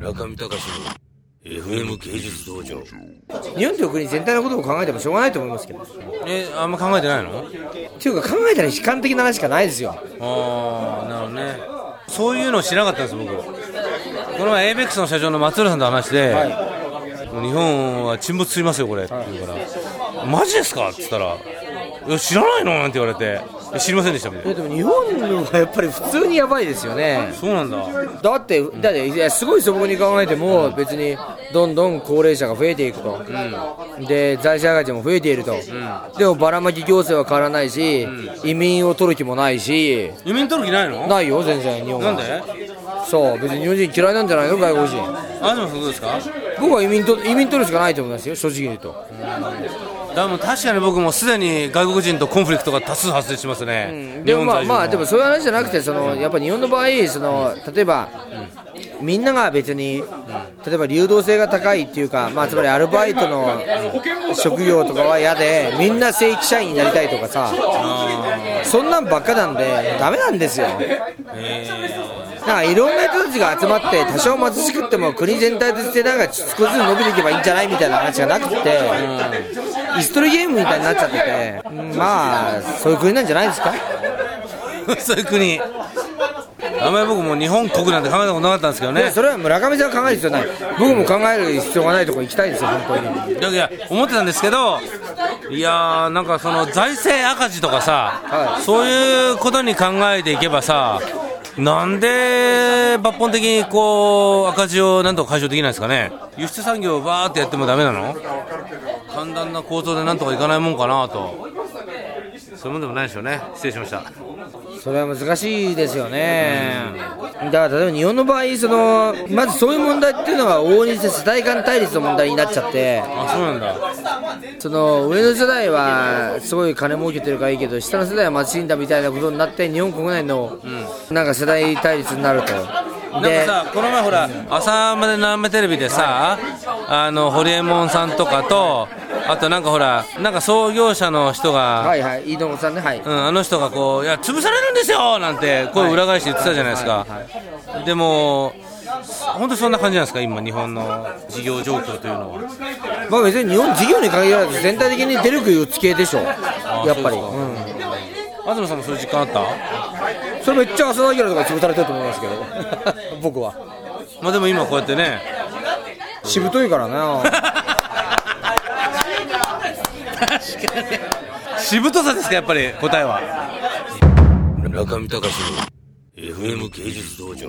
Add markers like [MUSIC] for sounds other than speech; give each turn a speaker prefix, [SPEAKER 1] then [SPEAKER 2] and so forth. [SPEAKER 1] 中見隆の FM 芸術道場
[SPEAKER 2] 日本という国全体のことを考えてもしょうがないと思いますけど。っ
[SPEAKER 1] えあんま考えてないの
[SPEAKER 2] ていうか考えたら悲観的な話しかないですよ。
[SPEAKER 1] ああなるほどねそういうの知らなかったんです僕この前 ABEX の社長の松浦さんと話して、もう日本は沈没すりますよこれ、って言うからマジですかって言ったらいや知らないのなんて言われていや知りませんでしたみたい
[SPEAKER 2] え
[SPEAKER 1] な
[SPEAKER 2] でも日本のがやっぱり普通にやばいですよね。
[SPEAKER 1] そうなんだ
[SPEAKER 2] だって、だっていやすごい素朴に考えても、別にどんどん高齢者が増えていくと、で財政赤字も増えていると、でもばらまき行政は変わらないし、移民を取る気もないし、
[SPEAKER 1] 移民取る気ないの
[SPEAKER 2] ないよ、全然、日本
[SPEAKER 1] な
[SPEAKER 2] は
[SPEAKER 1] んで
[SPEAKER 2] そう、別に日本人嫌いなんじゃないの、外国人、
[SPEAKER 1] 東さんどうですか
[SPEAKER 2] 僕は移民と移民取るしかないと思いますよ、正直に言うと。
[SPEAKER 1] でも確かに僕もすでに外国人とコンフリクトが多数発生しますね、
[SPEAKER 2] でもまあ、
[SPEAKER 1] 日本在住
[SPEAKER 2] まあ、でもそういう話じゃなくて、そのやっぱり日本の場合、その例えば、みんなが別に、例えば流動性が高いっていうか、まあ、つまりアルバイトの職業とかは嫌で、みんな正規社員になりたいとかさ、そんなんばっかなんで、だめなんですよ。なんかいろんな人たちが集まって、多少貧しくっても国全体としてなんか少しずつ伸びていけばいいんじゃないみたいな話がなくて、椅子取りゲームみたいになっちゃってて、まあ、そういう国なんじゃないですか。
[SPEAKER 1] [LAUGHS] そういう国。あんまり僕も日本国なんて考えたことなかったんですけど
[SPEAKER 2] いや
[SPEAKER 1] ね。
[SPEAKER 2] それは村上さんが考える必要ない僕も考える必要がないとこ行きたいですよ本当に
[SPEAKER 1] いやいや、思ってたんですけど、いやー、なんかその財政赤字とかさ、
[SPEAKER 2] はい
[SPEAKER 1] そういうことに考えていけばさ、なんで抜本的にこう赤字をなんとか解消できないですかね、輸出産業をばーってやってもダメなの簡単な構造でなんとかいかないもんかなと、そういうもんでもないでしょうね、失礼しました。
[SPEAKER 2] それは難しいですよねだから例えば日本の場合そのまずそういう問題っていうのは往々にして世代間対立の問題になっちゃって
[SPEAKER 1] あ、そうなんだ
[SPEAKER 2] その上の世代はすごい金儲けてるからいいけど下の世代は貧しいんだみたいなことになって日本国内のなんか世代対立になると
[SPEAKER 1] なんか
[SPEAKER 2] で
[SPEAKER 1] さ、この前ほら、朝まで南米テレビでさ、あの、ホリエモンさんとかと、あとなんかほら、なんか創業者の人が、
[SPEAKER 2] はいはい飯野さんねはい
[SPEAKER 1] うん、あの人がこう、いや、潰されるんですよなんて声を裏返して言ってたじゃないですか。でも、本当にそんな感じなんですか、今、日本の事業状況というのは。
[SPEAKER 2] まあ別に日本事業に限らず全体的に出るくいう付けでしょやっぱり
[SPEAKER 1] そうですか
[SPEAKER 2] うん
[SPEAKER 1] 東さんもそういう実感あった
[SPEAKER 2] それめっちゃ浅田明とか潰されてると思いますけど [LAUGHS] 僕は
[SPEAKER 1] まあでも今こうやってね、
[SPEAKER 2] しぶといからな
[SPEAKER 1] しぶとさですか、やっぱり答えは。
[SPEAKER 3] 中見隆の FM 芸術道場